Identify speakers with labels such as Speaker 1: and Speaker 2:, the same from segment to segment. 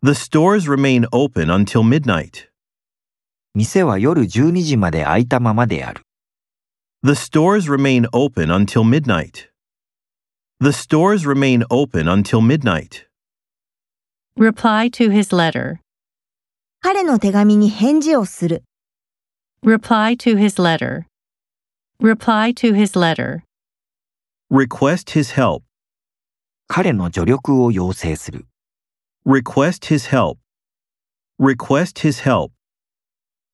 Speaker 1: The stores remain open until midnight.
Speaker 2: 店は夜12時まで開いたままである。
Speaker 1: The stores remain open until midnight. The stores remain open until midnight.
Speaker 3: Reply to his letter.
Speaker 4: 彼の手紙に返事をする。
Speaker 3: Reply to his letter. Reply to his letter.
Speaker 1: Request his help.
Speaker 2: 彼の助力を要請する。
Speaker 1: Request his help. Request his help.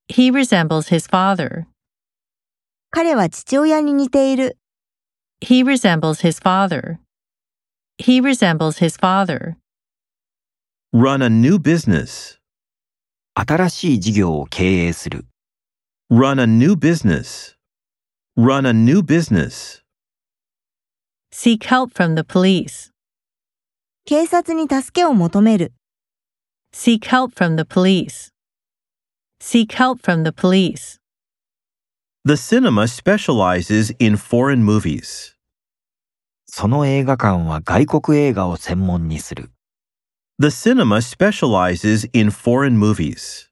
Speaker 3: He resembles his father.
Speaker 4: 彼は父親に似ている。
Speaker 3: He resembles his father. He resembles his father.
Speaker 1: Run a new business.
Speaker 2: 新しい事業を経営する。
Speaker 1: Run a new business. Run a new business.
Speaker 3: Seek help from the police.
Speaker 4: 警察に助けを求める。
Speaker 3: Seek help from the police. Seek help from the police.
Speaker 1: The cinema specializes in foreign movies.
Speaker 2: その映画館は外国映画を専門にする。
Speaker 1: The cinema specializes in foreign movies.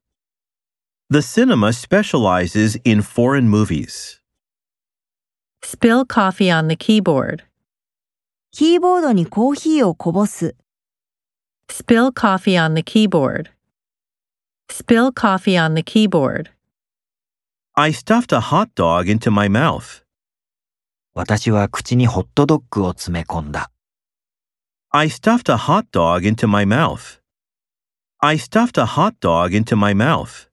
Speaker 1: The cinema specializes in foreign movies.
Speaker 3: Spill coffee on the keyboard.
Speaker 4: キーボードにコーヒーをこぼす。
Speaker 3: Spill coffee on the keyboard. Spill coffee on the keyboard.
Speaker 1: I stuffed a hot dog into my mouth.
Speaker 2: 私は口にホットドッグを詰め込んだ。
Speaker 1: I stuffed a hot dog into my mouth. I stuffed a hot dog into my mouth.